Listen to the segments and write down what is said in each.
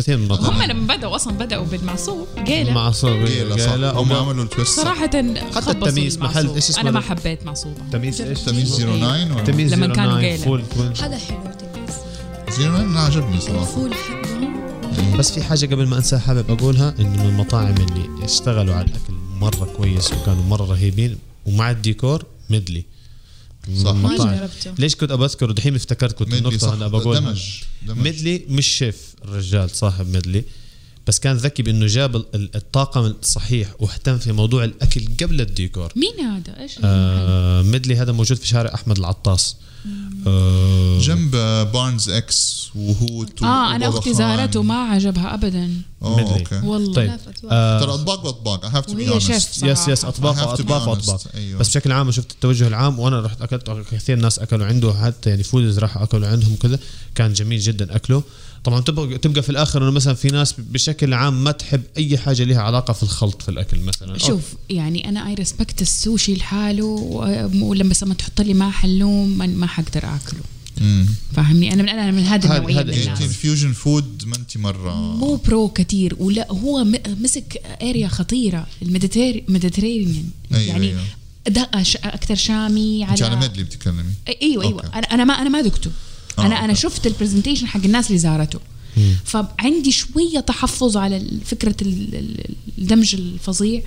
كثير من هم المطاعم لما بدأوا أصلا بدأوا بالمعصوب قالة مع صغير جيلة صح لا، هم وب- عملوا التويست صح صراحة خبصوا التمييز محل، المعصوب. إيش اسمه أنا ما ده؟ حبيت معصوبة تمييز ايش؟ تمييز 09 ولا تمييز لما كانوا 09 قالة. فول كمان. هذا حلو تميز 09 انا عجبني صراحه الفول حقهم بس في حاجة قبل ما أنسى حابب أقولها إنه من المطاعم اللي اشتغلوا على الأكل مرة كويس وكانوا مرة رهيبين ومع الديكور ميدلي صح. ما مطاعم. جربته. ليش كنت أبى أذكر ودحين افتكرت كنت ميدلي النقطة صح أنا بقولها دمج دمج ميدلي مش شيف الرجال صاحب ميدلي بس كان ذكي بإنه جاب ال- ال- الطاقم الصحيح واهتم في موضوع الأكل قبل الديكور مين هذا؟ إيش المحل؟ آه ميدلي هذا موجود في شارع أحمد العطاس آه جنب بارنز اكس وهو تو آه أنا وبابا أختي خان. زارته ما عجبها أبدا اوه ميدلي. اوكي والله طيب. خلاف أتوقع. آه ترى اطباق واطباق I have to be وهي شيف honest صراحة يس يس I اطباق have to be اطباق honest. واطباق أيوة. بس بشكل عام شفت التوجه العام وانا رحت اكلت كثير ناس اكلوا عنده حتى يعني فودز راح اكلوا عندهم كذا كان جميل جدا اكله طبعا تبقى تبقى في الاخر انه مثلا في ناس بشكل عام ما تحب اي حاجه لها علاقه في الخلط في الاكل مثلا شوف يعني انا اي ريسبكت السوشي لحاله و- ولما بس لما تحط لي معاه حلوم من- ما حقدر اكله مم. فاهمني انا من انا من هذا هذا- النوعيه من هذا- انت الناس الفيوجن فود ما انت مره مو برو كتير ولا هو م- مسك اريا خطيره الميديتيرينيان أيوة يعني أيوة. ده اكثر شامي انت على على ميدلي بتتكلمي أي- ايوه ايوه انا أوكي. انا ما انا ما ذقته آه، انا انا أوكي. شفت البرزنتيشن حق الناس اللي زارته فعندي شويه تحفظ على فكره ال- ال- الدمج الفظيع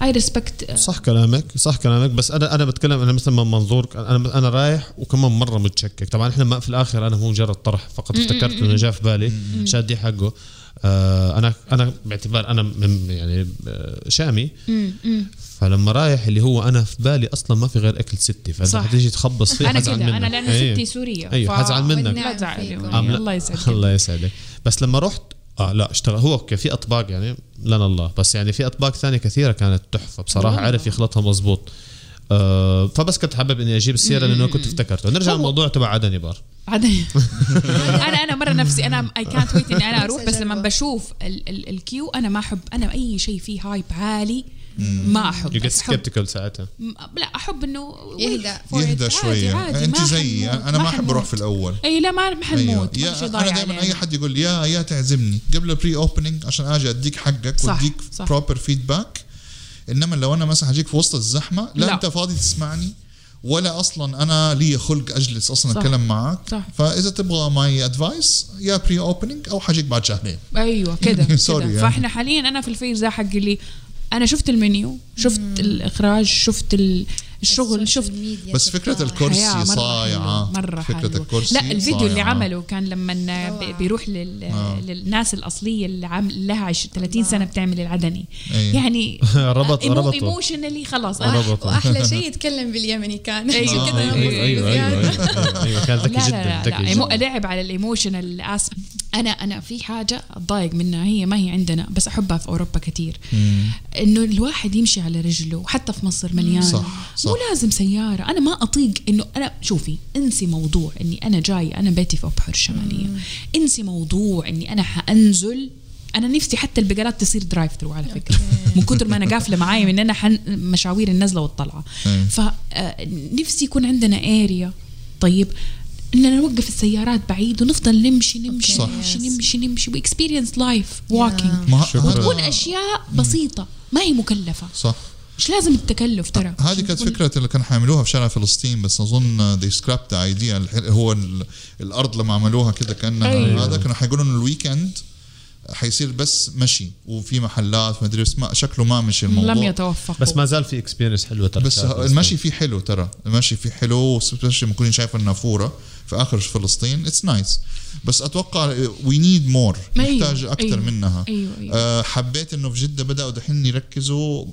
آه، اي ريسبكت طيب، صح كلامك صح كلامك بس انا انا بتكلم انا مثلا من منظور انا انا رايح وكمان مره متشكك طبعا احنا ما في الاخر انا هو مجرد طرح فقط افتكرت انه جاء في بالي شادي حقه آه انا انا باعتبار انا من يعني آه، شامي فلما رايح اللي هو انا في بالي اصلا ما في غير اكل ستي فانت صح. حتيجي تخبص فيه انا حزعل كذا منك انا لانه إيه. أيوة. ستي سوريه أيوة، ف- حزعل منك. لا تزعل فيكم. أم لا. الله يسعدك الله يسعدك بس لما رحت اه لا اشتغل هو اوكي في اطباق يعني لنا الله بس يعني في اطباق ثانيه كثيره كانت تحفه بصراحه والله. عرف يخلطها مزبوط آه فبس كنت حابب اني اجيب السيره لانه كنت افتكرته نرجع هو- للموضوع تبع عدني بار عدني انا انا مره نفسي انا اي كانت ويت اني انا اروح نفسي بس لما أجربه. بشوف ال- ال- الكيو انا ما احب انا اي شيء فيه هايب عالي ما احب يو جيت بس أحب- سكيبتيكال ساعتها م- لا احب انه يهدى. wait for it. يهدى عادي- شويه عادي، انت ما زيي حنموت، انا ما احب حنموت. اروح في الاول اي إيه، لا ما ما حنموت ما في شيء أيوة. أيوه. يا ضايع انا دائما علينا. اي حد يقول لي يا يا تعزمني قبل البري اوبننج عشان اجي اديك حقك صح، واديك صح. بروبر فيدباك انما لو انا مثلا هجيك في وسط الزحمه لا, لا. لا. انت فاضي تسمعني ولا اصلا انا لي خلق اجلس صح. اصلا اتكلم معاك صح. فاذا تبغى ماي ادفايس يا بري اوبننج او حجيك بعد شهرين ايوه كده Sorry كده. يعني. فاحنا حاليا انا في الفيز ده حق اللي انا شفت المنيو شفت الاخراج شفت ال- الشغل شفت بس آه. فكره حياة الكرسي مرة صايعه حلوة، مرة فكره حلوة. الكرسي لا الفيديو اللي صايعة. عمله كان لما روعة. ب- بيروح لل... آه. للناس الاصليه اللي عام... لها عش... 30 سنه بتعمل العدني أي. يعني ربط- ربطه. ايموشنلي خلاص أنا- ربطه. واحلى شيء يتكلم باليمني كان أيوة. عشان كده أنا أيوة، أيوة، مبسوطة. أيوة، أيوة، كان لا ذكي لا جدا لا, لا. ذكي مو- جدا. لعب على الايموشنال اسب انا انا في حاجه اتضايق منها هي ما هي عندنا بس احبها في اوروبا كثير انه الواحد يمشي على رجله وحتى في مصر مليان صح، صح. مو لازم سياره انا ما اطيق انه انا شوفي انسي موضوع اني انا جاي انا بيتي في ابحر الشماليه انسي موضوع اني انا حانزل انا نفسي حتى البقالات تصير درايف ثرو على فكره من كثر ما انا قافله معايا من انا حن مشاوير النزله والطلعه أي. فنفسي آه، يكون عندنا اريا طيب اننا نوقف السيارات بعيد ونفضل نمشي نمشي صح. نمشي نمشي نمشي واكسبيرينس لايف واكينج ما شكراً. هذا- تكون اشياء بسيطه ما هي مكلفه صح مش لازم التكلف ترى هذه كانت تكون- فكرة اللي كانوا حيعملوها في شارع فلسطين بس اظن they scrapped the idea الح- هو ال- الارض لما عملوها كده كانها أيوة. هذا كانوا حيقولوا انه الويكند حيصير بس مشي وفي محلات ما ادري بس ما شكله ما مشي الموضوع لم يتوفقوا بس ما زال في اكسبيرينس حلوه ترى بس كانت. المشي فيه حلو ترى المشي فيه حلو especially لما كوني شايف النافوره في اخر فلسطين اتس نايس بس اتوقع وي نيد مور أيوة، نحتاج اكثر أيوة، منها أيوة، أيوة. آه، حبيت انه في جده بداوا دحين يركزوا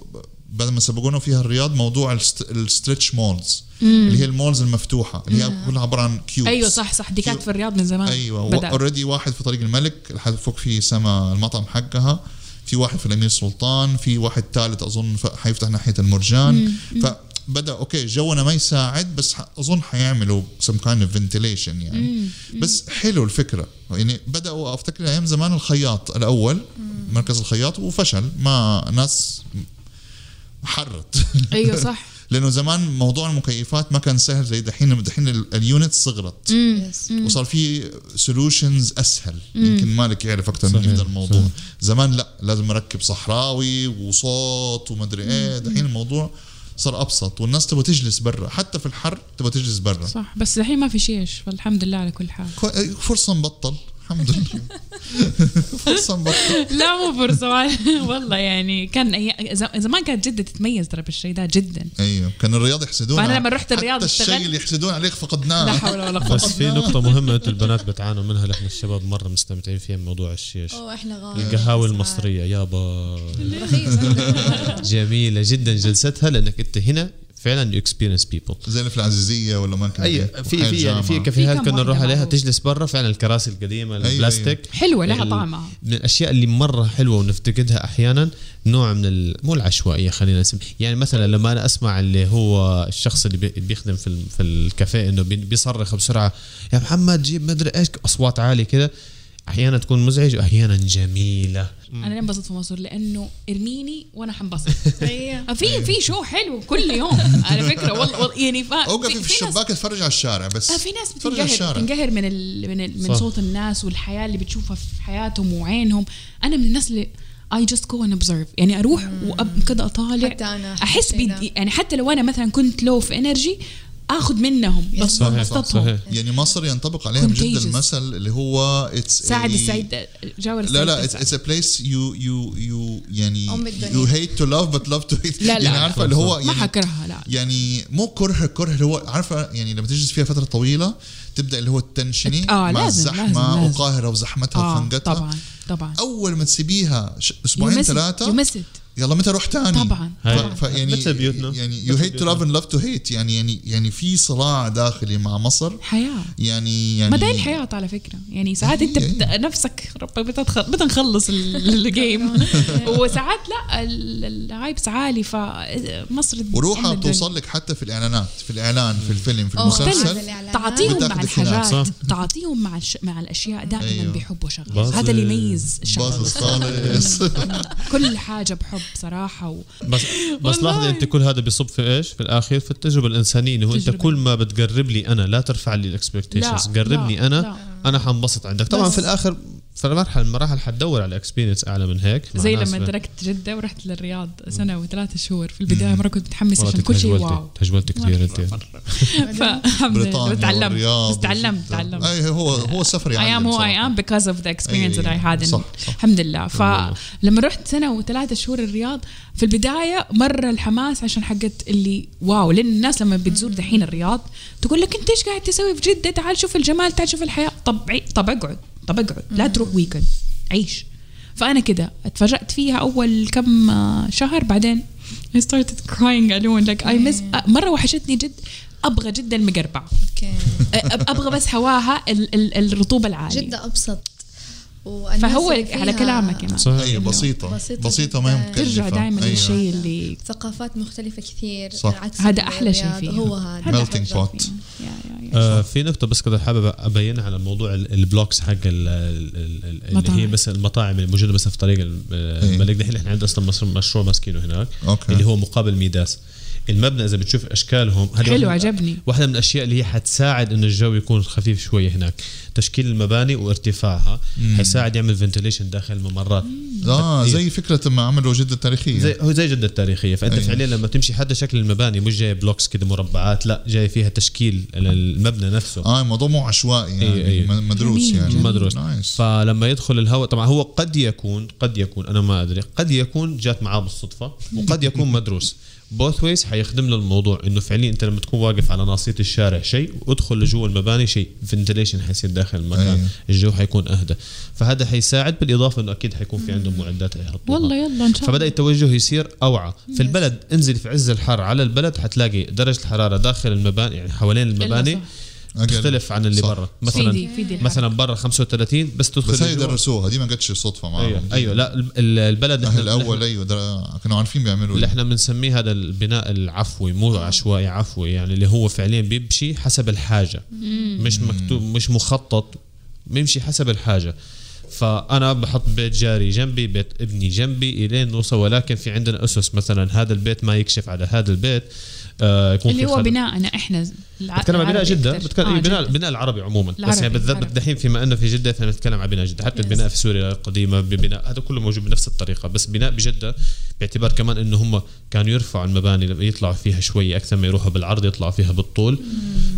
بعد ما سبقونا فيها الرياض موضوع الست- الستريتش مولز اللي هي المولز المفتوحه اللي هي كلها عباره عن كيوبس ايوه صح صح دي كانت في الرياض من زمان ايوه آه، بدأ. اوريدي واحد في طريق الملك لحد فوق في سما المطعم حقها في واحد في الامير سلطان في واحد ثالث اظن ف- حيفتح ناحيه المرجان فبدا اوكي جونا ما يساعد بس ح- اظن حيعملوا سم كايند اوف فنتيليشن يعني بس حلو الفكره يعني بداوا افتكر ايام زمان الخياط الاول مركز الخياط وفشل ما ناس حرت ايوه صح لانه زمان موضوع المكيفات ما كان سهل زي دحين دحين ال- اليونت صغرت يس. وصار في سولوشنز اسهل يمكن مالك يعرف اكثر من صحيح، هذا الموضوع صحيح. زمان لا لازم اركب صحراوي وصوت ومدري ايه دحين الموضوع صار ابسط والناس تبغى تجلس برا حتى في الحر تبغى تجلس برا صح بس الحين ما في شيش فالحمد لله على كل حال كو- فرصه نبطل الحمد لله فرصه نبطل لا مو فرصه والله يعني كان أي... ز- زمان كانت جده تتميز ترى بالشيء ده جدا ايوه كان الرياض يحسدون فأنا على- لما رحت الرياض حتى الشيء اشتغلت. اللي يحسدون عليك لا فقدناه حول ولا قوه بس في نقطة مهمة انتوا البنات بتعانوا منها نحن الشباب مرة مستمتعين فيها من موضوع الشيش اوه احنا غالي آه، القهاوي المصرية يابا جميلة جدا جلستها لانك انت هنا فعلا يو اكسبيرينس بيبل زي اللي في العزيزية ولا ما كان اي في في يعني في في كافيهات كم كنا نروح واحدة عليها معروف. تجلس برا فعلا الكراسي القديمه أيوة، البلاستيك حلوة، لها ال- طعمها. من الاشياء اللي مره حلوه ونفتقدها احيانا نوع من ال... مو العشوائيه خلينا نسمي يعني مثلا لما انا اسمع اللي هو الشخص اللي بي- بيخدم في ال- في الكافيه انه بي- بيصرخ بسرعه يا محمد جيب مدري ايش اصوات عاليه كذا احيانا تكون مزعجه واحيانا جميله انا ليه انبسط في مصر لانه ارميني وانا حنبسط أيوة. في في شو حلو كل يوم على فكره والله والله يعني فا- اوقفي في ناس- الشباك اتفرج على الشارع بس آه، في ناس اتفرج على بتنقهر الشارع بتنقهر من ال من, ال من صح. صوت الناس والحياه اللي بتشوفها في حياتهم وعينهم انا من الناس اللي اي جاست جو اند اوبزرف يعني اروح وكذا اطالع حتى أنا احس حسيت بدي كده. يعني حتى لو انا مثلا كنت لو في انرجي اخذ منهم يس. بس صحيح صحيح بسطهم يعني مصر ينطبق عليها جدا Contagious. المثل اللي هو اتس ساعد إيه. السعيد جاور السعيد لا لا السعيد. اتس ا بليس يو يو يو يعني أم يو الدنيا. هيت تو لاف بت لاف تو هيت لا، لا. يعني عارفه اللي هو ما يعني حكرهها لا يعني مو كره كره اللي هو عارفه يعني لما تجلس فيها فتره طويله تبدا اللي هو التنشني آه، مع لازم، الزحمه لازم، لازم. وقاهره وزحمتها اه وخنقتها طبعا طبعا اول ما تسيبيها ش- اسبوعين ثلاثه يمست يلا متى اروح تاني طبعا. ف- هاي. ف- يعني متى بيوتنا؟ يعني يو متى هيت تو لاف اند لاف تو هيت يعني يعني يعني في صراع داخلي مع مصر حياه يعني يعني ما ده الحياة على فكرة يعني ساعات انت أيوة، بت... نفسك ربك بتتخ... بتنخلص ال- الجيم وساعات لا ال- الهايب عالي فمصر وروحها بتوصل لك حتى في الاعلانات في الاعلان في الفيلم في أوه، مختلف. المسلسل الإعلانات. تعطيهم مع بتاخدك هناك، الحاجات صح؟ تعطيهم مع الش... مع الاشياء دائما أيوة. أيوه. بيحبوا شغله باظت. هذا اللي يميز الشغل باظ خالص كل حاجة بحب صراحة و... بس بس والله. لاحظي انت كل هذا بيصب في ايش؟ في الاخير في التجربه الانسانيه انه انت تجربة. كل ما بتقرب لي انا لا ترفع لي الاكسبكتيشنز لا، قربني لا، انا لا. انا حنبسط عندك طبعا بس. في الاخر في المرحله المراحل حتدور على اكسبيرينس اعلى من هيك مع زي ناس لما فين. تركت جدة ورحت للرياض سنة وثلاثة شهور في البداية مرة كنت متحمسة والله عشان كل شيء تهجولتي واو تهجولتي كثير انت فالحمد لله بريطانيا تعلمت والرياض بس تعلمت وجدة. تعلمت اي هو هو سفر I يعلم am who I صراحة. إيه، am because of the experience that I had in صح، صح. الحمد لله لله. فلما رحت سنة وثلاثة شهور الرياض في البداية مرة الحماس عشان حقت اللي واو لأن الناس لما بتزور دحين الرياض تقول لك أنت إيش قاعد تسوي في جدة تعال شوف الجمال تعال شوف الحياة طب عي- طب اقعد طب اقعد لا تروح ويكند عيش فأنا كده اتفاجأت فيها أول كم آه، شهر بعدين I started crying alone like I miss آه، مرة وحشتني جد أبغى جدا المقربعة اوكي أب- ابغى بس هواها ال- ال- الرطوبه العاليه جدا جدا ابسط والناس فهو اللي على فيها كلامك يعني صح اي بسيطه بسيطة بسيطه ما جداً. هي مكلفه ترجع دايما أيوة. للشيء اللي ثقافات مختلفة كثير صح. عكس هذا احلى شيء الرياض. فيه هو هذا هذا Melting أحلى شيء pot. فيه. يا- يا- يا. آه في نقطة بس كده حابب أبينها على موضوع ال- البلوكس حق ال- ال- ال- اللي مطاعم. هي بس المطاعم اللي موجودة بس في طريق ال- آه، الملك دحين احنا عندنا أصلا مصر- مشروع ماسكينه هناك أوكي. اللي هو مقابل ميداس المبنى إذا بتشوف أشكالهم هذه واحدة حلو، من- عجبني. واحدة من الأشياء اللي هي حتساعد إنه الجو يكون خفيف شوية هناك تشكيل المباني وارتفاعها حيساعد يعمل فنتليشن داخل الممرات اه زي فكره لما عملوا جده التاريخيه زي هو زي جده التاريخيه فانت أيوة. فعليا لما تمشي حتى شكل المباني مش جاي بلوكس كده مربعات لا جاي فيها تشكيل المبنى نفسه اه الموضوع مو عشوائي يعني أيوة، أيوة. م- مدروس جميل، يعني جميل. مدروس نايس فلما يدخل الهواء طبعا هو قد يكون قد يكون انا ما ادري قد يكون جات معاه بالصدفه وقد يكون مدروس بوث ويز حيخدم له الموضوع انه فعليا انت لما تكون واقف على ناصيه الشارع شيء وادخل لجوه المباني شيء فنتليشن حيصير داخل المكان أيوة. الجو حيكون اهدى فهذا حيساعد بالاضافه انه اكيد حيكون في عندهم معدات حيحطوها والله يلا ان شاء الله فبدا التوجه يصير اوعى في البلد انزل في عز الحر على البلد حتلاقي درجه الحراره داخل المباني يعني حوالين المباني أقل. تختلف عن اللي صح، برا صح. مثلا فيدي فيدي الحركة. مثلا برا 35 بس تدخل بس هي جوا. درسوها دي ما جاتش صدفه معاهم ايوه ايوه لا ال- ال- البلد اهل إحنا- الاول ايوه در- كانوا عارفين بيعملوا اللي ايه احنا بنسميه هذا البناء العفوي مو آه. عشوائي عفوي يعني اللي هو فعليا بيمشي حسب الحاجه مش مكتوب مش مخطط بيمشي حسب الحاجه فانا بحط بيت جاري جنبي بيت ابني جنبي الين نوصل ولكن في عندنا اسس مثلا هذا البيت ما يكشف على هذا البيت آه، يكون اللي في هو خدم. بناءنا احنا الع- بتكلم عن بناء العربي جده أكتر. بتكلم آه، آه بناء جدة. بناء العربي عموما بس العربي، يعني بالذات العربي. دحين فيما انه في جده فاحنا بنتكلم عن بناء جده حتى Yes. البناء في سوريا القديمه ببناء هذا كله موجود بنفس الطريقه بس بناء بجده باعتبار كمان انه هم كانوا يرفعوا المباني لما يطلعوا فيها شوي اكثر ما يروحوا بالعرض يطلعوا فيها بالطول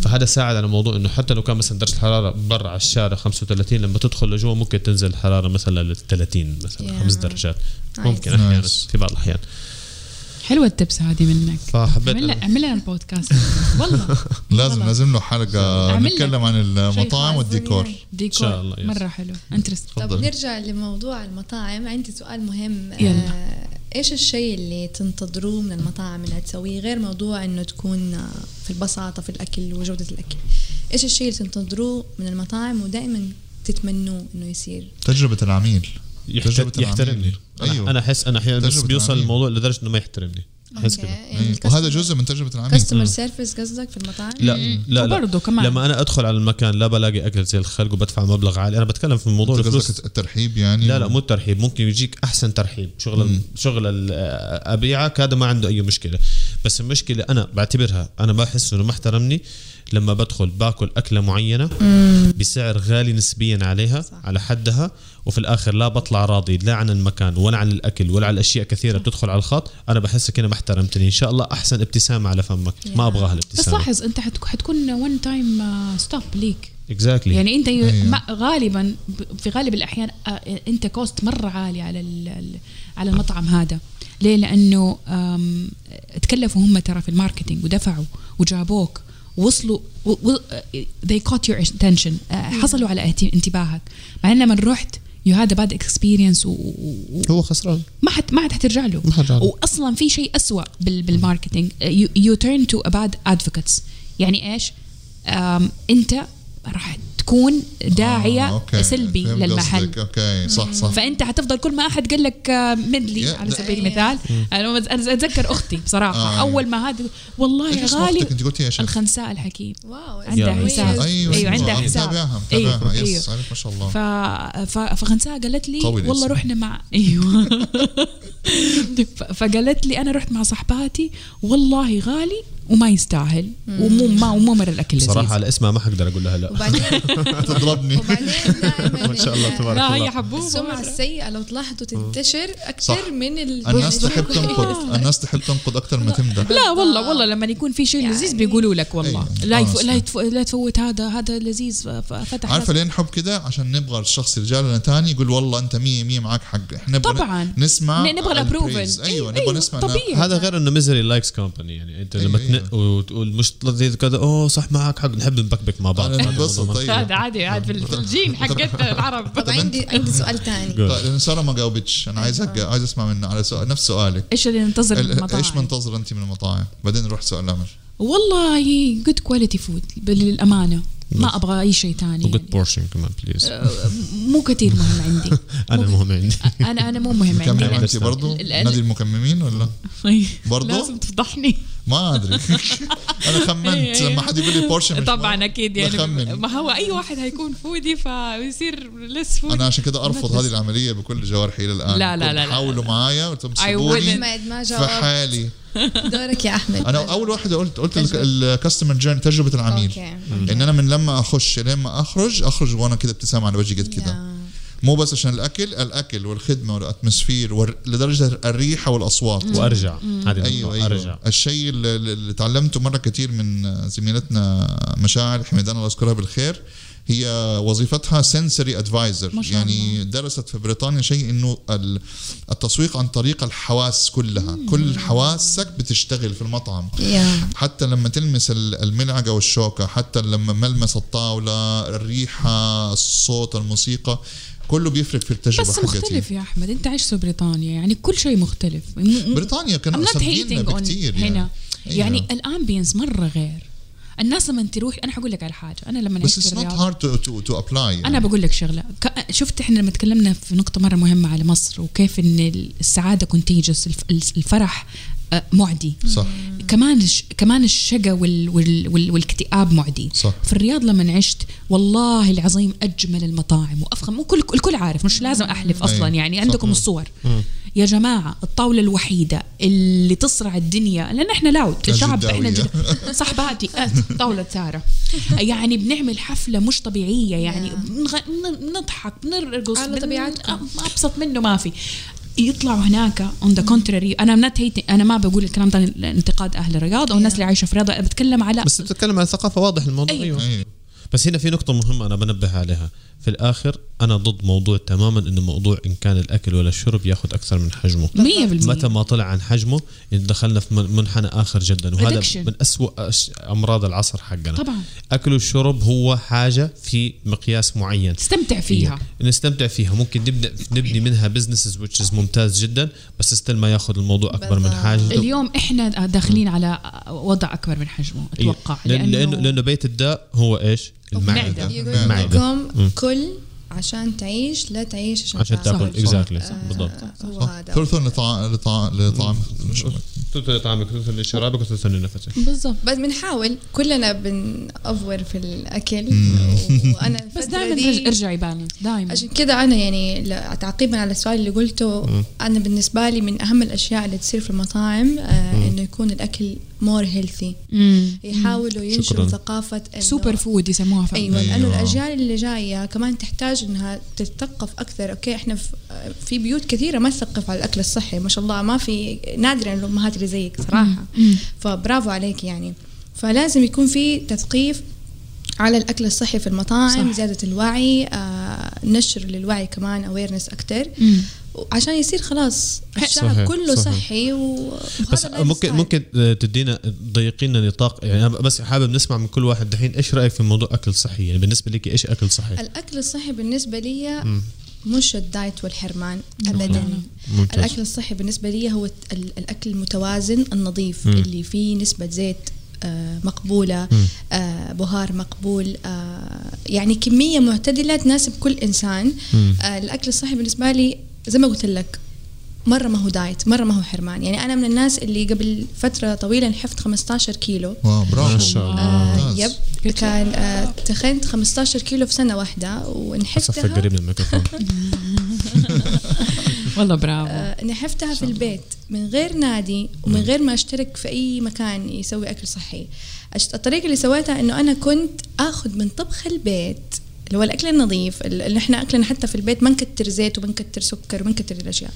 فهذا ساعد على موضوع انه حتى لو كان مثلا درجه الحراره برا على الشارع 35 لما تدخل لجوا ممكن تنزل الحراره مثلا لل 30 مثلا Yeah. خمس درجات Nice. ممكن احيانا Nice. في بعض الاحيان حلوه التبسه هذه منك فحبيت اعمل لنا أنا- اعمل لنا البودكاست والله لازم خلاص. لازم له حلقه أعمل لك. نتكلم عن المطاعم شيء والديكور خاص. ديكور شاء الله، يس. مره حلو انترست تفضل. طب نرجع لموضوع المطاعم عندي سؤال مهم يلا. آه، ايش الشيء اللي تنتظروه من المطاعم انها تسويه غير موضوع انه تكون آه، في البساطه في الاكل وجوده الاكل ايش الشيء اللي تنتظروه من المطاعم ودائما تتمنوه انه يصير تجربه العميل تجربة يحترم- العميل. يحترمني أيوة. ايوه انا احس انا احيانا بس تجربة بيوصل العميل. الموضوع لدرجه انه ما يحترمني احس كده يعني إيه. وهذا جزء من تجربه العميل كاستمر سيرفيس قصدك في المطاعم لا لا لا وبرضه كمان. لما انا ادخل على المكان لا بلاقي اكل زي الخلق وبدفع مبلغ عالي انا بتكلم في موضوع أنت الفلوس قصدك الترحيب يعني لا لا مو الترحيب ممكن يجيك احسن ترحيب شغل ال- شغل ال- ابيعك هذا ما عنده اي مشكله بس المشكله انا بعتبرها انا بحس انه ما احترمني لما بدخل باكل اكله معينه بسعر غالي نسبيا عليها صح. على حدها وفي الاخر لا بطلع راضي لا عن المكان ولا عن الاكل ولا على اشياء كثيره بتدخل على الخط انا بحس كده ما احترمتني ان شاء الله احسن ابتسامه على فمك ما Yeah. ابغاها بس الابتسامه لاحظ انت حتك- حتكون وان تايم ستوب ليك اكزاكتلي يعني انت أيوة. ي... ما غالبا ب- في غالب الاحيان آه، انت كوست مره عالي على ال... ال- على المطعم هذا ليه لانه آم، تكلفوا هم ترى في الماركتينج ودفعوا وجابوك وصلوا و... و... آه، they caught your attention آه، حصلوا على اهت- انتباهك مع ان لما رحت you had a bad experience و... و... هو خسران ما حت ما حد حترجع له ما حترجع له. واصلا في شيء اسوء بال بالماركتينج Uh, يو تيرن تو اباد ادفوكتس يعني ايش أم انت راح تكون آه، داعيه أوكي. سلبي فهمت للمحل قصدك. اوكي صح صح فانت حتفضل كل ما احد قال لك آه، ميدلي يا- على سبيل أيوة. المثال انا أتز- أنا اتذكر اختي بصراحه Mm. آه. اول ما هذا والله ايش يا اسم اختك غالي انت قلتي يا شيخ الخنساء الحكيم واو عندها يلا. حساب ايوه ايوه عندها آه، حساب متابعها أيوة، متابعها أيوة. يس عارف ما شاء الله ف... ف... فخنساء قالت لي قوي الاسم. والله رحنا مع ايوه ف... فقالت لي انا رحت مع صحباتي والله غالي وما يستاهل ومو ما ومو مره الاكل لذيذ صراحه على اسمها ما حقدر اقول لها لا وبعدين تضربني وبعدين دائما ما شاء الله تبارك لا هي الله حبوبه السمعة مرة. السيئة لو تلاحظوا تنتشر صح. أكثر من الب- الناس تحب الشيء الكويس. تنقد الناس تحب تنقد اكثر ما تمدح لا والله والله لما يكون في شيء يعني- لذيذ بيقولوا لك والله أيوة. لا يف... honestly. لا, يتف... لا تفوت هذا هذا لذيذ ف- ف- فتح عارفه لك. ليه نحب كده عشان نبغى الشخص يرجع لنا تاني يقول والله انت مية مية معاك حق احنا نبغى طبعاً. نسمع ن- نبغى الpraise. الابروفل ايوه نبغى نسمع طبيعي هذا غير انه ميزري لايكس كومباني يعني انت لما أيوة، تنق وتقول مش لذيذ كذا اوه صح معك حق نحب نبكبك مع بعض انا هذا انبسط الموضوع. طيب هذا عادي عاد في في الجين حقتنا العرب طب عندي عندي سؤال ثاني Good. طيب، لان ساره ما جاوبتش انا عايز أج- عايز اسمع منه على سؤال نفس سؤالك ايش اللي ننتظر من ال- المطاعم ايش منتظر انت من المطاعم بعدين نروح سؤال امل والله جود كواليتي فود للامانه نعم. ما ابغى اي شيء ثاني وجود بورشن كمان بليز مو كثير مهم عندي انا المهم عندي انا انا مو مهم عندي مكممه أنا- انت برضه ال- ال- نادي المكممين ولا برضو؟ لازم تفضحني ما ادري انا خمنت أيوة. لما حد يقول لي بورشن مش طبعا مهم. اكيد يعني بخمن. ما هو اي واحد هيكون فودي فيصير لس فودي انا عشان كده ارفض بس. هذه العمليه بكل جوارحي الى الان لا، لا، لا، لا. حاولوا معايا wouldn't. وتمسكوني أحمد ما في جاوب حالي دورك يا أحمد انا اول واحد قلت قلت تجربة. الكاستمر جيرني تجربه العميل أوكي. ان انا من لما اخش لين ما اخرج اخرج وانا كده ابتسامه على وجهي قد كده يا. مو بس عشان الاكل الاكل والخدمه والاتموسفير والر- لدرجه الريحه والاصوات Mm. وارجع هذه ايوه أيوة ايوه ارجع الشيء اللي, اللي تعلمته مره كثير من زميلتنا مشاعر حميدان الله يذكرها بالخير هي وظيفتها سنسري ادفايزر ما شاء يعني درست في بريطانيا شيء انه ال- التسويق عن طريق الحواس كلها كل حواسك بتشتغل في المطعم يا حتى لما تلمس ال- الملعقه والشوكه حتى لما ملمس الطاوله الريحه الصوت الموسيقى كله بيفرق في التجربه بس حقتي. مختلف يا احمد انت عايش في بريطانيا يعني كل شيء مختلف م- م- بريطانيا I'm كانوا not سابقيننا hating on بكثير هنا أيوة. يعني الامبينس مره غير الناس لما تروح انا حقول لك على حاجه انا لما بس عشت في اتس نوت الرياض هارد تو تو تو ابلاي انا بقول لك شغله ك- شفت احنا لما تكلمنا في نقطه مره مهمه على مصر وكيف ان السعاده كونتيجس الفرح آه، معدي صح كمان الش... كمان الشقا وال... وال... وال... والاكتئاب معدي صح. في الرياض لما عشت والله العظيم اجمل المطاعم وافخم وكل الكل عارف مش لازم احلف اصلا أيوة. يعني صح. عندكم الصور يا جماعه الطاوله الوحيده اللي تصرع الدنيا لان احنا لاود الشعب احنا الجداوية. جد- صحباتي آه، طاوله ساره يعني بنعمل حفله مش طبيعيه يعني Yeah. بنغ... بن- بنضحك بنرقص على بن- طبيعتكم. أ- ابسط منه ما في يطلعوا هناك اون ذا كونتراري انا not hating- انا ما بقول الكلام ده لانتقاد اهل الرياض او الناس اللي عايشه في الرياض أنا بتكلم على بس بتتكلم عن ثقافه واضح الموضوع أيوة. ايوه أيوة. بس هنا في نقطة مهمة أنا بنبه عليها في الآخر أنا ضد موضوع تماما إنه موضوع إن كان الأكل ولا الشرب ياخذ أكثر من حجمه 100% متى ما طلع عن حجمه دخلنا في من- منحنى آخر جدا وهذا Addiction. من أسوأ أش- أمراض العصر حقنا طبعا أكل والشرب هو حاجة في مقياس معين تستمتع فيها نستمتع فيها ممكن نبني نبني منها بزنسز which is ممتاز جدا بس استل ما ياخذ الموضوع أكبر من بالضبط. حاجته اليوم احنا داخلين على وضع اكبر من حجمه اتوقع إيه. لأن- لأنه لأنه بيت الداء هو إيش؟ المعدة. المعدة يقول معدة. لكم كل عشان تعيش لا تعيش عشان, عشان تاكل صح. اكزاكتلي آه، بالضبط هو صح. هذا ثلث لطعام لطعام لطعام ثلث لطعامك ثلث لشرابك وثلث لنفسك بالضبط بس بنحاول كلنا بنأفور في الاكل وانا بس الفترة دائما دي- ارجع يبالانس دائما عشان كده انا يعني ل- تعقيبا على السؤال اللي قلته انا بالنسبه لي من اهم الاشياء اللي تصير في المطاعم آه انه يكون الاكل مور هيلثي يحاولوا ينشروا شكراً. ثقافه إنه- سوبر فود يسموها فعلا ايوه لانه أيوة. الاجيال اللي جايه كمان تحتاج انها تتثقف اكثر اوكي احنا في- في بيوت كثيره ما تثقف على الاكل الصحي ما شاء الله ما في نادرا الامهات اللي زيك صراحه فبرافو عليك يعني فلازم يكون في تثقيف على الاكل الصحي في المطاعم صح. زياده الوعي آه نشر للوعي كمان اويرنس اكثر مم. عشان يصير خلاص صحيح، الشعب كله صحيح. صحي وهذا بس اللايف ممكن ستايل. ممكن آه، تدينا تضيقي لنا نطاق يعني أنا بس حابب نسمع من كل واحد دحين ايش رايك في موضوع اكل صحي يعني بالنسبه لك ايش اكل صحي الاكل الصحي بالنسبه لي مش الدايت والحرمان ابدا ممتاز. الاكل الصحي بالنسبه لي هو الت- ال- الاكل المتوازن النظيف اللي فيه نسبه زيت آه، مقبولة آه، بهار مقبول آه، يعني كمية معتدلة تناسب كل إنسان آه، الأكل الصحي بالنسبة لي زي ما قلت لك مرة ما هو دايت مرة ما هو حرمان يعني أنا من الناس اللي قبل فترة طويلة نحفت 15 كيلو واو ما برافو شاء الله. آه ممتاز. يب كان آه تخنت 15 كيلو في سنه واحده صفك ونحفتها قريب من الميكروفون والله برافو آه نحفتها في البيت من غير نادي ومن غير ما اشترك في اي مكان يسوي اكل صحي أشت- الطريقه اللي سويتها انه انا كنت اخذ من طبخ البيت اللي هو الاكل النظيف ال- اللي احنا اكلنا حتى في البيت ما نكتر زيت وما نكتر سكر وما نكتر الاشياء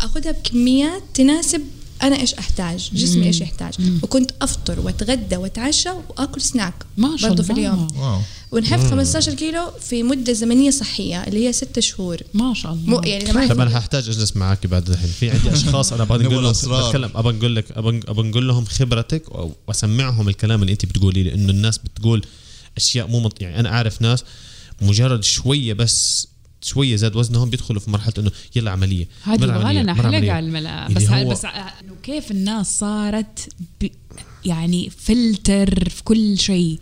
اخذها بكميات تناسب انا ايش احتاج جسمي ايش يحتاج وكنت افطر واتغدى واتعشى واكل سناك ما شاء برضو الله في اليوم واو ونحفت 15 كيلو في مده زمنيه صحيه اللي هي ستة شهور ما شاء مو الله يعني لما طب انا ححتاج اجلس معك بعد الحين في عندي اشخاص انا ابغى نبغى اقول لهم الأسرار. بتكلم ابغى اقول لك ابغى اقول لهم خبرتك و- واسمعهم الكلام اللي انت بتقولي لي انه الناس بتقول اشياء مو منط... يعني انا اعرف ناس مجرد شويه بس شويه زاد وزنهم بيدخلوا في مرحله انه يلا عمليه هذه مرة يبغى عملية، لنا مرة حلقه عملية. على الملا اللي بس هو- بس انه كيف الناس صارت ب يعني فلتر في كل شيء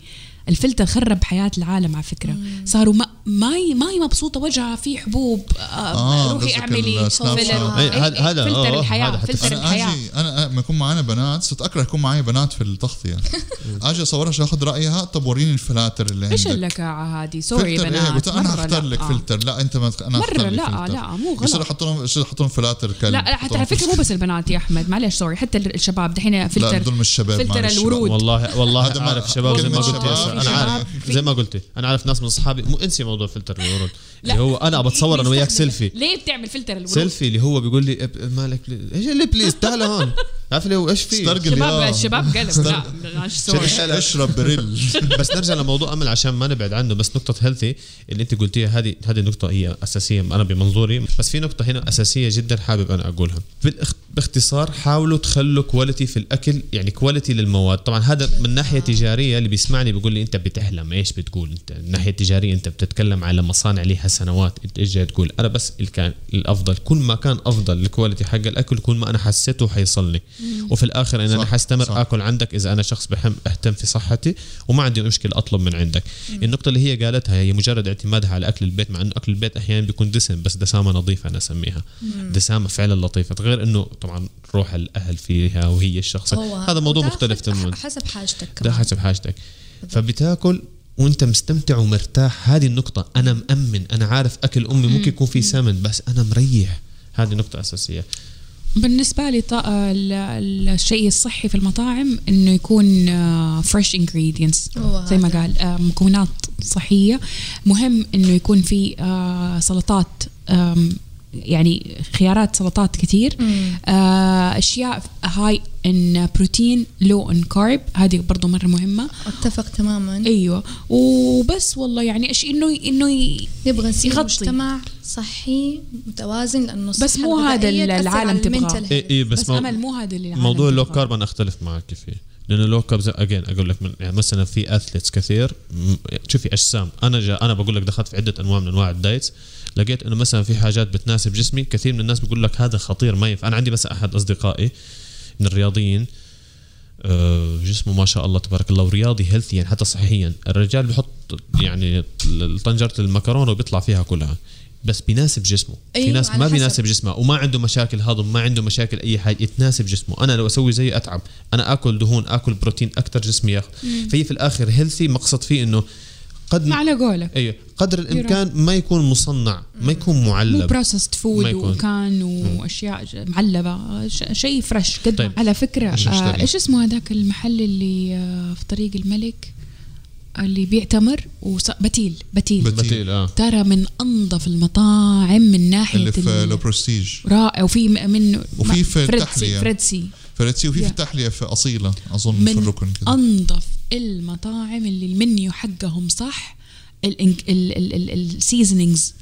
الفلتر خرب حياة العالم على فكرة صاروا ما ما هي ما هي مبسوطة وجهها في حبوب آه آه، روحي قصدك اعملي السناب فيلر. شات. أي، هذا- إيه، إيه، هذا- فلتر آه، الحياة هذا حتى فلتر انا الحياة اجي انا لما يكون معانا بنات صرت اكره يكون معي بنات في التغطيه اجي اصورها عشان اخذ رايها طب وريني الفلاتر اللي ايش عندك اللكعة هذه سوري إيه، فلتر ايه بنات قلت انا مرة اختار لا. لك آه. فلتر لا انت ما انا مرة أختار لك لا، فلتر. لا، مو غلط. يصير يحطون يصير يحطون فلاتر كلب لا لا حتى على فكرة مو بس البنات يا أحمد معلش سوري حتى الشباب دحين لا فلتر دول مش شباب فلتر معلش. الورود. والله والله هذا ما- عارف شباب زي ما كلمة قلت يا شباب. سارة، انا عارف شباب في- زي ما قلت انا عارف ناس من اصحابي مو انسي موضوع فلتر الورود لا. اللي هو انا بتصور انا وياك بيستخدم- سيلفي ليه بتعمل فلتر الورود؟ سيلفي اللي هو بيقول لي إب- مالك بليز ايش اللي بليز تعال هون عارف اللي هو ايش في استرجل شباب يا. الشباب قلب لا معلش، سوري إيش- اشرب بريل بس نرجع لموضوع امل عشان ما نبعد عنه بس نقطه هيلثي اللي انت قلتيها هذه هذه النقطه هي اساسيه انا بمنظوري بس في نقطه هنا اساسيه جدا حابب انا اقولها بالإخ- باختصار حاولوا تخلوا كواليتي في الاكل يعني كواليتي للمواد طبعا هذا من ناحيه تجاريه اللي بيسمعني بيقول لي انت بتحلم ايش بتقول انت من ناحيه تجاريه انت بتتكلم على مصانع لها سنوات انت ايش جاي تقول انا بس اللي كان الافضل كل ما كان افضل الكواليتي حق الاكل كل ما انا حسيته حيصلني وفي الاخر إن انا صح، حستمر صح. صح. اكل عندك اذا انا شخص بحم اهتم في صحتي وما عندي مشكله اطلب من عندك النقطه اللي هي قالتها هي مجرد اعتمادها على اكل البيت مع انه اكل البيت احيانا بيكون دسم بس دسامه نظيفه انا اسميها دسامه فعلا لطيفه غير انه طبعا روح الاهل فيها وهي الشخص هو هذا موضوع وتاخد مختلف تماما حسب حاجتك ده كمان. حسب حاجتك فبتاكل وانت مستمتع ومرتاح هذه النقطة أنا مأمن أنا عارف أكل أمي ممكن يكون فيه سمن بس أنا مريح هذه نقطة أساسية بالنسبة لي طا- ال- ال- الشيء الصحي في المطاعم انه يكون فريش انجريدينتس هو زي ما هذا. قال آه، مكونات صحية مهم انه يكون في آه، سلطات آم، يعني خيارات سلطات كثير آه، اشياء هاي ان بروتين لو ان كارب هذه برضو مرة مهمة اتفق تماما ايوه وبس والله يعني ايش انه انه ي- نبغى نصير يغطي. مجتمع صحي متوازن لانه بس مو هذا اللي العالم تبغاه. اي اي إيه، بس, بس, مو- امل مو هذا اللي العالم موضوع اللو تبغاه. كارب انا اختلف معك فيه لانه لو كارب اجين اقول لك من يعني مثلا في اثليتس كثير م- شوفي اجسام انا جا انا بقول لك دخلت في عده انواع من انواع الدايتس لقيت انه مثلا في حاجات بتناسب جسمي كثير من الناس بيقول لك هذا خطير ما ينفع انا عندي مثلا احد اصدقائي من الرياضيين آه، جسمه ما شاء الله تبارك الله ورياضي هيلثي يعني حتى صحيا الرجال بيحط يعني طنجره المكرونه وبيطلع فيها كلها بس بيناسب جسمه في أيوة، ناس على ما حسب. بيناسب جسمه وما عنده مشاكل هضم ما عنده مشاكل اي حاجه تناسب جسمه انا لو اسوي زي اتعب انا اكل دهون اكل بروتين اكثر جسمي ياخذ فهي في الاخر هيلثي مقصد فيه انه قد على قولك ايوه قدر الامكان ما يكون مصنع ما يكون مو معلب بروسست ما فود يكون. وكان واشياء ج- معلبه ش- شيء فريش قد طيب. ما- على فكره إيش آه، نشتري؟ ايش اسمه هذاك المحل اللي آه، في طريق الملك اللي بيع تمر وبتيل بتيل بت- آه. بتيل اه ترى من انظف المطاعم من ناحيه اللي في ال- لو برستيج رائع وفي م- من وفي في فريدسي- التحلية. فريدسي فريتسي وفي في Yeah. تحليه في اصيله اظن في من الركن كده انظف المطاعم اللي المنيو حقهم صح السيزنينجز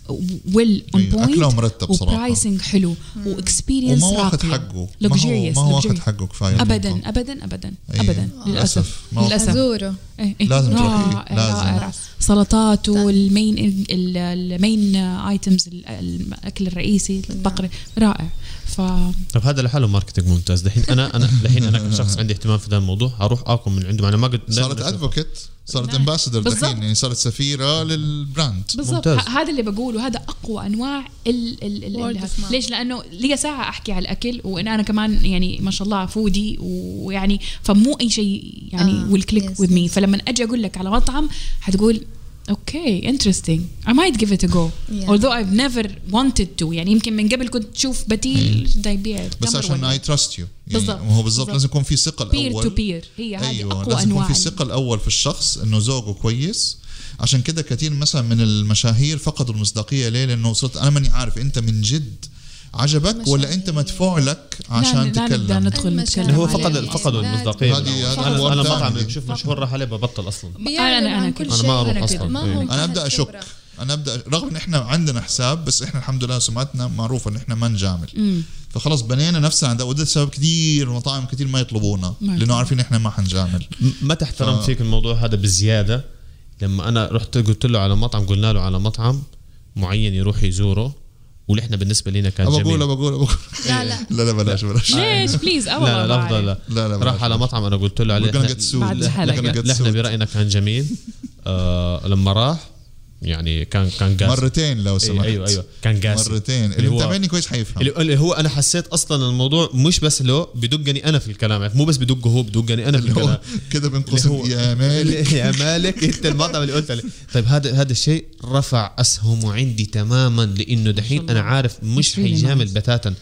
ويل اون أيوة، بوينت أكلهم مرتب صراحة. وبرايسنج حلو واكسبيرينس وما واخد حقه ما هو, لوكجيريس ما هو واخد حقه كفايه ابدا ابدا ابدا أي، ابدا للاسف للأسف. ما هو- للاسف ازوره إيه، إيه. لازم تروحي، رائع، لازم. رائع. سلطاته المين المين ايتمز الاكل الرئيسي البقري رائع ف طب هذا لحاله ماركتنج ممتاز دحين انا انا دحين انا كشخص عندي اهتمام في هذا الموضوع هروح اكل من عندهم انا ما قد صارت دايماً- ادفوكيت صارت نعم. امباسدور بالضبط. دحين يعني صارت سفيره للبراند بالضبط ممتاز. ه- هذا اللي بقوله هذا اقوى انواع ال ال ال Word ال- of mouth. ليش لانه لي ساعه احكي على الاكل وان انا كمان يعني ما شاء الله فودي ويعني فمو اي شيء يعني آه، ويل كليك yes, وذ مي yes. فلما اجي اقول لك على مطعم حتقول اوكي انترستينج اي might give it a go Yeah. although I've never wanted to يعني يمكن من قبل كنت تشوف بديل دا يبيع بس عشان اي تراست يو بالضبط. يعني هو بالضبط بالضبط. لازم يكون في ثقه بير تو الاول بير هي هذه أيوة، اقوى لازم يكون انواع في ثقه الاول في الشخص انه ذوقه كويس عشان كده كثير مثلا من المشاهير فقدوا المصداقيه ليه؟ لانه صرت انا ماني عارف انت من جد عجبك ولا انت مدفوع لك عشان لا- لا نبدأ تتكلم ندخل المشاعر. نتكلم هو عليه. فقد فقدوا المصداقيه هذه- هذه انا أبواب انا تانية. مطعم بشوف مشهور راح عليه ببطل اصلا بيعلن أنا- أنا عن كده. كل أنا شيء ما أروح كده. أصلا. ما هو يعني. انا أهل ابدا خبرة. اشك انا ابدا رغم ان احنا عندنا حساب بس احنا الحمد لله سمعتنا معروفه ان احنا ما نجامل فخلاص بنينا نفسنا عند وده سبب كثير مطاعم كثير ما يطلبونا ما لانه عارفين احنا ما حنجامل م- متى احترمت ف- فيك الموضوع هذا بزياده لما انا رحت قلت له على مطعم قلنا له على مطعم معين يروح يزوره ونحن بالنسبه لنا كان ابى جميل اقول ابى اقول أبى أقول. لا لا لا لا بلاش بلاش ليش بليز آه. لا لا لا افضل لا لا لا راح بلاش. على مطعم انا قلت له عليه We're gonna إحنا- get sued. بعد الحلقة. We're gonna get نحن sued. براينا كان جميل آه لما راح يعني كان كان قاسي مرتين لو أيوة, سمحت ايوه ايوه كان قاسي مرتين اللي هو- متابعني كويس حيفهم اللي- اللي هو انا حسيت اصلا الموضوع مش بس له بدقني انا في الكلام يعني مو بس بدقه هو بدقني انا في اللي الكلام هو كده بين قوسين يا مالك اللي- يا مالك انت المطعم اللي قلت عليه طيب هذا هذا الشيء رفع اسهمه عندي تماما لانه دحين انا عارف مش It's really حيجامل nice. بتاتا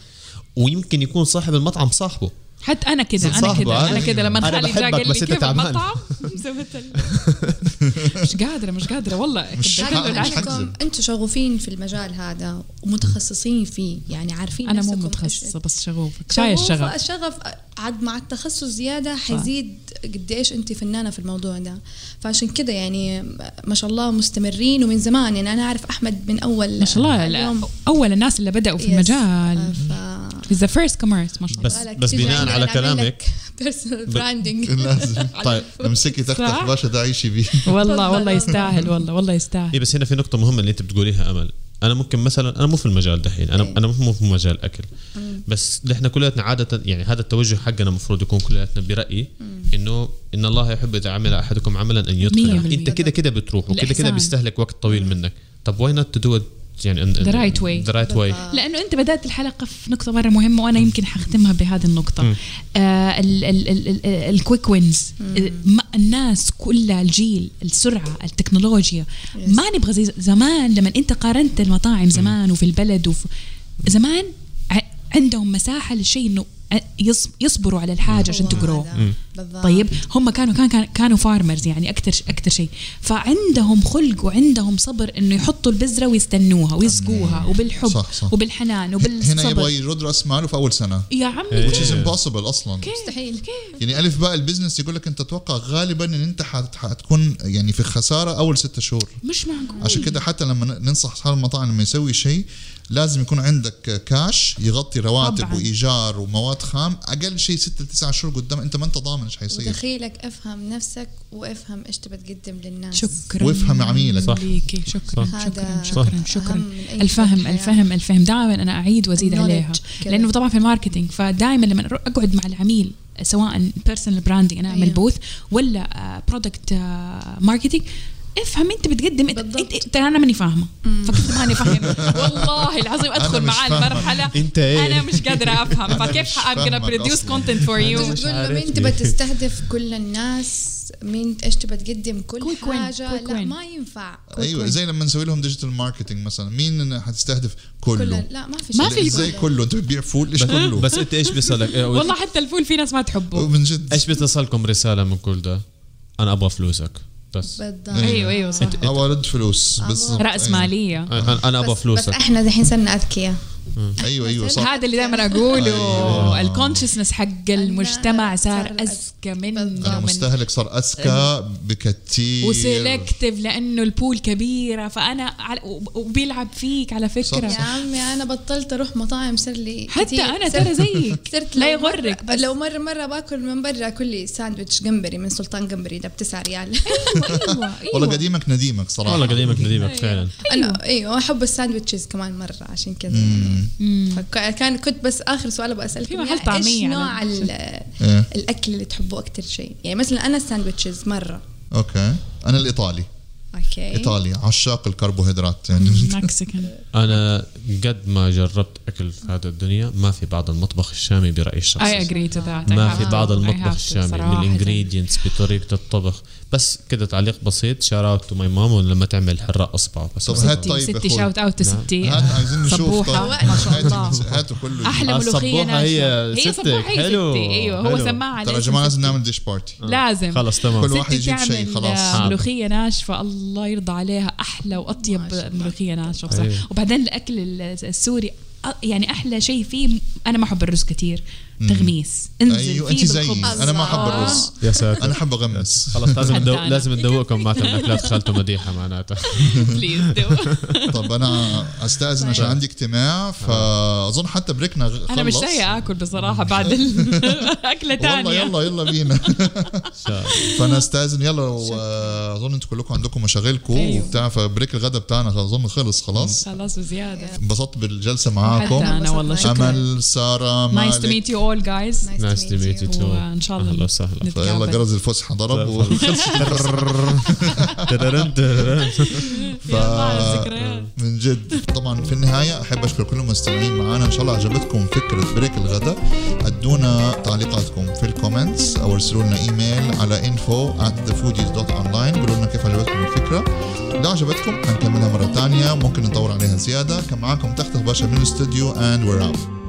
ويمكن يكون صاحب المطعم صاحبه حتى انا كده انا صاحبه، كده انا عارف. كده لما أنا خالي جا بحبك، قال لي بس أنت كيف تعبان. المطعم سويت ال- مش قادره مش قادره والله مش كنت حق- أدلل مش عليكم. حق- حكذب. حقكم انتم شغوفين في المجال هذا ومتخصصين فيه يعني عارفين انا مو نفسكم إيش- متخصصه بس شغوف كفايه شغوف الشغف الشغف عاد مع التخصص زياده حيزيد قد ايش انت فنانه في الموضوع ده فعشان كده يعني ما شاء الله مستمرين ومن زمان يعني انا اعرف احمد من اول ما شاء الله اليوم. لا اول الناس اللي بداوا في Yes. المجال آه، ف- يعني ذا فيرست كوميرس ما شاء الله بس بس بناء على كلامك بيرسونال ب- براندنج لازم طيب امسكي تختك صح؟ باشا ده عيشي بيه والله تفضل. والله يستاهل والله والله يستاهل اي إيه، بس هنا في نقطة مهمة اللي انت بتقوليها امل انا ممكن مثلا انا مو في المجال دحين انا إيه. انا مو في مجال اكل بس احنا كلياتنا عادة يعني هذا التوجه حقنا المفروض يكون كلياتنا برايي انه ان الله يحب اذا عمل احدكم عملا ان مية يتقنه بالمية. انت كده كده بتروح وكده كده الإحسان. بيستهلك وقت طويل منك طب واي نوت تو دو يعني The right way. ذا رايت واي لانه انت بدات الحلقه في نقطه مره مهمه وانا يمكن حختمها بهذه النقطه آه، ال- ال- ال- ال- الكويك وينز ما- الناس كلها الجيل السرعه التكنولوجيا ما نبغى زي زمان لما انت قارنت المطاعم زمان وفي البلد وفي زمان ع- عندهم مساحه للشيء انه يص- يصبروا على الحاجه عشان هو تقروه هذا. بالضبط. طيب هم كانوا كان كان- كانوا فارمرز يعني اكثر اكثر شيء فعندهم خلق وعندهم صبر انه يحطوا البذره ويستنوها ويسقوها وبالحب صح، صح. وبالحنان هنا يبغى وبالصبر يرد راس ماله في اول سنه يا عمي إيه. which is impossible اصلا مستحيل يعني الف باء البزنس يقول لك انت تتوقع غالبا ان انت حت- حتكون يعني في خساره اول ستة شهور مش معقول عشان كده حتى لما ننصح اصحاب المطاعم لما يسوي شيء لازم يكون عندك كاش يغطي رواتب طبعاً. وايجار ومواد خام اقل شيء ستة لتسعة شهور قدام انت ما انت ضامن ايش حيصير ودخيلك افهم نفسك وافهم ايش تبى تقدم للناس شكرا وافهم عميلك. صح. ليكي شكرا صح. شكرا هذا شكرا أهم شكرا من أي شيء الفهم في الحياة. الفهم الفهم دائما انا اعيد وازيد Knowledge عليها كده. لانه طبعا في الماركتينج فدائما لما أرو- اقعد مع العميل سواء بيرسونال براندنج انا اعمل أيوه. بوث ولا آه، برودكت ماركتينج افهم انت بتقدم انت بالضبط. أنت- ترى انا ماني فاهمه فكيف تبغاني افهم والله العظيم ادخل مش معاه فاهمك. المرحله أنت إيه؟ انا مش قادره افهم أنا فكيف مش I'm gonna فاهمك produce أصلاً. content for you انت تقول له يعني مين تبى تستهدف كل الناس مين ايش تبى تقدم كل Quick win, حاجه quick لا win. ما ينفع ايوه زي لما نسوي لهم ديجيتال ماركتنج مثلا مين حتستهدف كل كله لا ما في ما شيء في زي كله. كله انت بتبيع فول ايش كله بس انت ايش بيصلك والله حتى الفول في ناس ما تحبه من جد ايش بتصلكم رساله من كل ده انا ابغى فلوسك بس بالضبط ايوه ايوه صح ابغى ارد فلوس أيوة. بس راس ماليه انا أنا ابغى بس, بس فلوسك احنا دحين صرنا اذكياء ايوه ايوه صح هذا اللي دائما اقوله أيوة. الكونشسنس حق المجتمع صار صار اذكى انا منا من مستهلك صار أيوة. اذكى بكثير وسيلكتيف لانه البول كبيره فانا على وب- وبيلعب فيك على يا فكره عمي انا بطلت اروح مطاعم صار لي حتى كتير. انا صرت- ترى زيك صرت لا لو مرة- يغرك بس لو مره مره باكل من برا كل لي ساندويتش جمبري من سلطان جمبري ده ب 9 ريال ايوه والله ايوه قديمك نديمك صراحه والله قديمك نديمك فعلا أيوه. انا ايوه احب الساندويتشز كمان مره عشان كذا كان كنت بس اخر سؤال ابغى اسالكم في محل إياه، طعمية ايش على نوع الشيء. ال- إيه. الاكل اللي تحبوه اكثر شيء يعني مثلا انا الساندويتشز مره اوكي انا الايطالي اوكي ايطالي عشاق الكربوهيدرات يعني مكسيكان انا قد ما جربت اكل في هذا الدنيا ما في بعض المطبخ الشامي برايي الشخصي اي اجري تو ذات ما في بعض المطبخ الشامي بالانجريدينتس بطريقه الطبخ بس كده تعليق بسيط شار اوت تو ماي ماما لما تعمل حراء اصبعه بس طب بسيطة. هات طيب ستي أخوي. شاوت اوت نعم. ستي هات عايزين نشوف صبوحة. طيب ما شاء الله. هاتوا- هاتوا كله احلى آه، ملوخيه الصبوحة هي ناشفة. هي ستك. صبوحه هي حلو. ستي ايوه هو حلو. سماها على ترى يا اسم جماعه لازم ستي. نعمل ديش بارتي لازم خلاص تمام كل ستي واحد يجيب شيء تعمل، خلاص. آه، ملوخيه ناشفه الله يرضى عليها احلى واطيب ما شاء الله. ملوخيه ناشفه بصراحه أيوة. وبعدين الاكل ال- السوري أ- يعني احلى شيء فيه انا ما احب الرز كثير تغميس انزل ايوه فيه انت زيي بالخبز. انا ما احب الله. الرز يا ساتر انا احب اغمس خلاص لازم حتى ندو... أنا. لازم ندوقكم معناتها من اكلات خالته مديحه معناتها بليز دو. طب انا استاذن عشان عندي اجتماع فاظن حتى بريكنا خلص انا طيب. مش لاقي اكل بصراحه بعد ال- اكله والله ثانيه يلا يلا بينا شاء فانا استاذن يلا واظن انتم كلكم عندكم مشاغلكم أيوه. وبتاع فبريك الغدا بتاعنا اظن خلص خلاص خلاص وزياده انبسطت بالجلسه حتى معاكم انا والله شكرا امل ساره نايس تو مالك ميت يو اول جايز نايس تو ميت يو وان شاء الله اهلا وسهلا فيلا نتقابل. جرس الفسحه ضرب و... تررن تررن. يلا على الذكريات. من جد طبعا في النهايه احب اشكر كل المستمعين معنا ان شاء الله عجبتكم فكره بريك الغداء ادونا تعليقاتكم في الكومنتس او ارسلوا لنا ايميل على info at thefoodies.online قولوا لنا كيف عجبتكم الفكره لو عجبتكم هنكملها مره ثانيه ممكن نطور عليها زياده كان معاكم تحت الباشا من الاستوديو and we're out